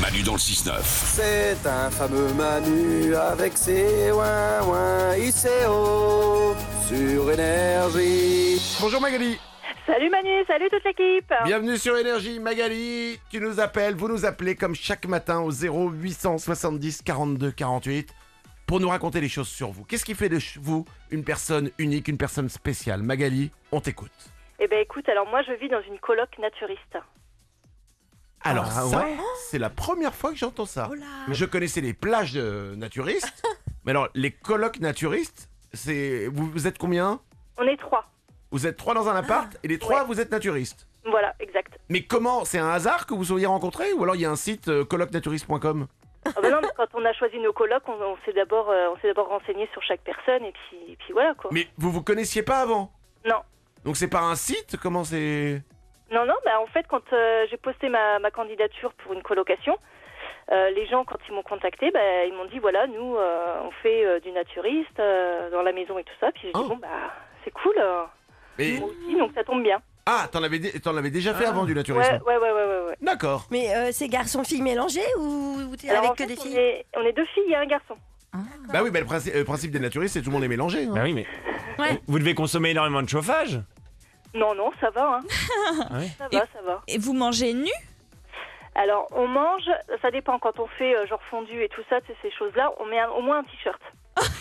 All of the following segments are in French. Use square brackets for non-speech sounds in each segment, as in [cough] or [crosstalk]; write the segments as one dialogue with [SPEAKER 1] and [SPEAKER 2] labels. [SPEAKER 1] Manu dans le 6-9.
[SPEAKER 2] C'est un fameux Manu avec ses ouin ouin ICO sur énergie.
[SPEAKER 3] Bonjour Magali.
[SPEAKER 4] Salut Manu, salut toute l'équipe.
[SPEAKER 3] Bienvenue sur Énergie Magali. Tu nous appelles, vous nous appelez comme chaque matin au 0870 42 48 pour nous raconter les choses sur vous. Qu'est-ce qui fait de ch- vous une personne unique, une personne spéciale Magali, on t'écoute.
[SPEAKER 4] Eh ben écoute, alors moi je vis dans une coloc naturiste.
[SPEAKER 3] Alors ça, c'est la première fois que j'entends ça. Je connaissais les plages euh, naturistes, mais alors les colocs naturistes, c'est vous, vous êtes combien
[SPEAKER 4] On est trois.
[SPEAKER 3] Vous êtes trois dans un appart et les trois vous êtes naturistes.
[SPEAKER 4] Voilà, exact.
[SPEAKER 3] Mais comment C'est un hasard que vous soyez rencontrés ou alors il y a un site euh, colocnaturiste.com
[SPEAKER 4] Ah ben non, mais quand on a choisi nos colocs, on, on s'est d'abord euh, on s'est d'abord renseigné sur chaque personne et puis et puis voilà quoi.
[SPEAKER 3] Mais vous vous connaissiez pas avant
[SPEAKER 4] Non.
[SPEAKER 3] Donc c'est par un site Comment c'est
[SPEAKER 4] Non non, bah en fait quand euh, j'ai posté ma, ma candidature pour une colocation, euh, les gens quand ils m'ont contacté, bah, ils m'ont dit voilà nous euh, on fait euh, du naturiste euh, dans la maison et tout ça. Puis j'ai dit
[SPEAKER 3] Oh.
[SPEAKER 4] bon bah c'est cool. euh,
[SPEAKER 3] Mais-
[SPEAKER 4] moi aussi, donc ça tombe bien.
[SPEAKER 3] Ah, t'en avais, dé- t'en avais déjà fait avant du
[SPEAKER 4] Ouais
[SPEAKER 3] naturisme
[SPEAKER 4] Ah. ouais ouais ouais ouais. ouais.
[SPEAKER 3] D'accord.
[SPEAKER 5] Mais euh, c'est garçons-filles mélangés ou, ou t'es
[SPEAKER 4] Alors,
[SPEAKER 5] avec
[SPEAKER 4] en
[SPEAKER 5] que
[SPEAKER 4] fait,
[SPEAKER 5] des
[SPEAKER 4] on
[SPEAKER 5] filles
[SPEAKER 4] est- on est deux filles hein, et un garçon.
[SPEAKER 3] Bah oui, mais le princi- euh, principe des naturistes, c'est tout le monde est mélangé.
[SPEAKER 6] [laughs]
[SPEAKER 3] hein.
[SPEAKER 6] Bah oui, mais.
[SPEAKER 7] Ouais.
[SPEAKER 6] Vous devez consommer énormément de [laughs] chauffage.
[SPEAKER 4] Non, non, ça va. Hein.
[SPEAKER 6] ouais
[SPEAKER 4] ça va, ça va.
[SPEAKER 7] Et vous mangez nu
[SPEAKER 4] Alors, on mange, ça dépend. Quand on fait euh, genre fondu et tout ça, tu sais, ces choses-là, on met un- au moins un t-shirt.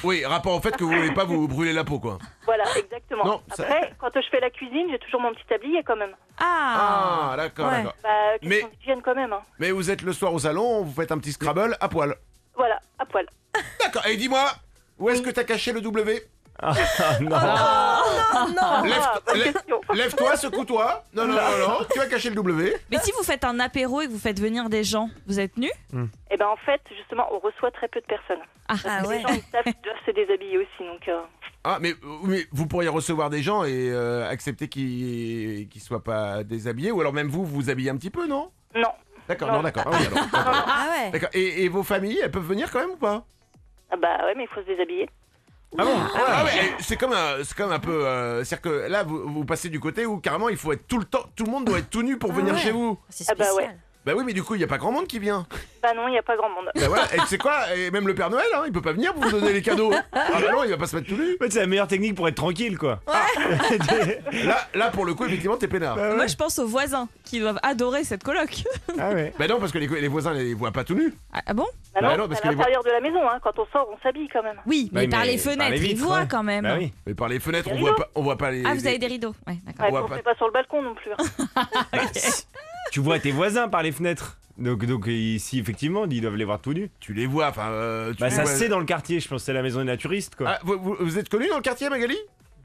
[SPEAKER 3] Oui, rapport au fait que vous voulez pas vous brûler la peau, quoi.
[SPEAKER 4] Voilà, exactement.
[SPEAKER 3] Ah. Non, ça-
[SPEAKER 4] Après, quand je fais la cuisine, j'ai toujours mon petit tablier quand même.
[SPEAKER 7] Ah,
[SPEAKER 3] Ah, d'accord,
[SPEAKER 5] Ouais.
[SPEAKER 3] d'accord.
[SPEAKER 4] Bah, question
[SPEAKER 3] Mais-
[SPEAKER 4] d'hygiène quand même. Hein.
[SPEAKER 3] Mais vous êtes le soir au salon, vous faites un petit Scrabble à poil.
[SPEAKER 4] Voilà, à poil.
[SPEAKER 3] D'accord, et dis-moi, où est-ce que t'as caché le W
[SPEAKER 6] Ah, non.
[SPEAKER 5] Oh
[SPEAKER 4] [laughs] Ah, bonne
[SPEAKER 3] Lève-
[SPEAKER 4] question.
[SPEAKER 3] Lève-toi, secoue-toi. Non, non, non, non, tu as caché le W.
[SPEAKER 7] Mais si vous faites un apéro et que vous faites venir des gens, vous êtes nus
[SPEAKER 4] Et ben en fait, justement, on reçoit très peu de personnes.
[SPEAKER 5] Ah
[SPEAKER 4] Les
[SPEAKER 5] ouais.
[SPEAKER 4] gens, ils savent qu'ils doivent se déshabiller aussi. Donc, euh,
[SPEAKER 3] Ah, mais, mais vous pourriez recevoir des gens et euh, accepter qu'ils qu'ils soient pas déshabillés, ou alors même vous, vous vous habillez un petit peu, non
[SPEAKER 4] non.
[SPEAKER 3] D'accord,
[SPEAKER 4] Non.
[SPEAKER 3] non, d'accord. Ah oui, alors, d'accord.
[SPEAKER 5] Ah ouais.
[SPEAKER 3] D'accord. Et, et vos familles, elles peuvent venir quand même ou pas
[SPEAKER 4] Ah bah ouais, mais il faut se déshabiller.
[SPEAKER 3] Ah bon Ah ouais, et C'est comme un, c'est comme un peu, euh, c'est-à-dire que là, vous, vous passez du côté où carrément il faut être tout le temps, tout le monde doit être tout nu pour venir
[SPEAKER 5] ouais.
[SPEAKER 3] chez vous.
[SPEAKER 5] C'est
[SPEAKER 4] Ah bah
[SPEAKER 5] spécial.
[SPEAKER 4] ouais.
[SPEAKER 3] Bah oui, mais du coup, il y a pas grand monde qui vient.
[SPEAKER 4] Bah non, il n'y a pas grand monde.
[SPEAKER 3] Bah voilà. Et tu sais quoi Et même le Père Noël, hein, il peut pas venir pour vous donner les cadeaux. Ah bah non, il va pas se mettre tout nu.
[SPEAKER 6] En fait, c'est la meilleure technique pour être tranquille, quoi.
[SPEAKER 3] Là, là pour le coup, effectivement, t'es peinard.
[SPEAKER 6] Bah,
[SPEAKER 7] Moi,
[SPEAKER 6] ouais.
[SPEAKER 7] je pense aux voisins qui doivent adorer cette coloc.
[SPEAKER 6] Ah ouais.
[SPEAKER 3] Bah non, parce que les, les voisins les voient pas tout nu.
[SPEAKER 7] Ah ah bon
[SPEAKER 4] Bah non,
[SPEAKER 3] Bah non, parce
[SPEAKER 4] c'est
[SPEAKER 3] que
[SPEAKER 4] à
[SPEAKER 3] les-
[SPEAKER 4] l'intérieur de la maison. Hein. Quand on sort, on s'habille quand même.
[SPEAKER 7] Oui, mais,
[SPEAKER 6] Oui,
[SPEAKER 7] par les
[SPEAKER 6] par
[SPEAKER 7] fenêtres,
[SPEAKER 6] les
[SPEAKER 7] ils
[SPEAKER 6] vitres,
[SPEAKER 7] voient
[SPEAKER 6] ouais.
[SPEAKER 7] quand même.
[SPEAKER 6] Bah oui.
[SPEAKER 3] Mais par les fenêtres, on
[SPEAKER 4] Les
[SPEAKER 3] voit
[SPEAKER 4] rideaux.
[SPEAKER 3] pas, on voit pas les.
[SPEAKER 7] Ah, vous avez des rideaux Ouais, d'accord.
[SPEAKER 4] Ouais,
[SPEAKER 3] voit
[SPEAKER 4] on
[SPEAKER 3] Ah pas-
[SPEAKER 4] ne fait pas sur le balcon non plus. hein.
[SPEAKER 6] Bah, Tu vois tes voisins par les fenêtres. Donc, donc euh, ici, effectivement, ils doivent les voir tout nus.
[SPEAKER 3] Tu les vois, enfin. euh, tu
[SPEAKER 6] Bah,
[SPEAKER 3] les
[SPEAKER 6] ça
[SPEAKER 3] vois.
[SPEAKER 6] se sait dans le quartier, je pense, c'est la maison des naturistes, quoi.
[SPEAKER 3] Ah, vous, vous- vous êtes connu dans le quartier, Magali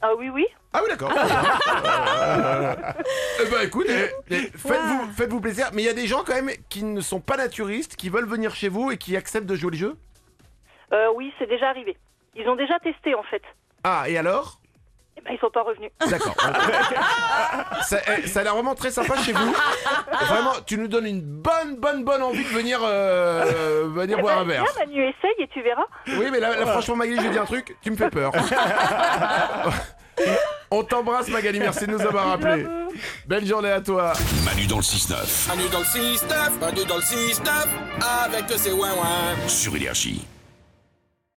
[SPEAKER 4] Ah oui, oui.
[SPEAKER 3] Ah oui, d'accord.
[SPEAKER 4] Ah.
[SPEAKER 3] Eh ben écoute, eh, eh, faites-vous faites-vous plaisir. Mais il y a des gens quand même qui ne sont pas naturistes, qui veulent venir chez vous et qui acceptent de jouer le jeu.
[SPEAKER 4] Euh, oui, c'est déjà arrivé. Ils ont déjà testé en fait.
[SPEAKER 3] Ah, et alors
[SPEAKER 4] Eh ben, ils sont pas revenus.
[SPEAKER 3] D'accord. ça, eh, ça a l'air vraiment très sympa chez vous. Vraiment, tu nous donnes une bonne, bonne, bonne envie de venir, euh, euh, venir
[SPEAKER 4] Eh ben,
[SPEAKER 3] boire un verre.
[SPEAKER 4] viens, Manu, essaye et tu verras.
[SPEAKER 3] Oui, mais là, là, franchement, Magali, je vais dire un truc, tu me fais
[SPEAKER 4] [laughs]
[SPEAKER 3] peur. On t'embrasse, Magali, merci de nous avoir rappelé. Belle journée à toi.
[SPEAKER 1] Manu dans le 6-9
[SPEAKER 2] Manu dans le 6-9, Manu dans le 6-9, avec ses ouin ouin.
[SPEAKER 1] sur Énergie.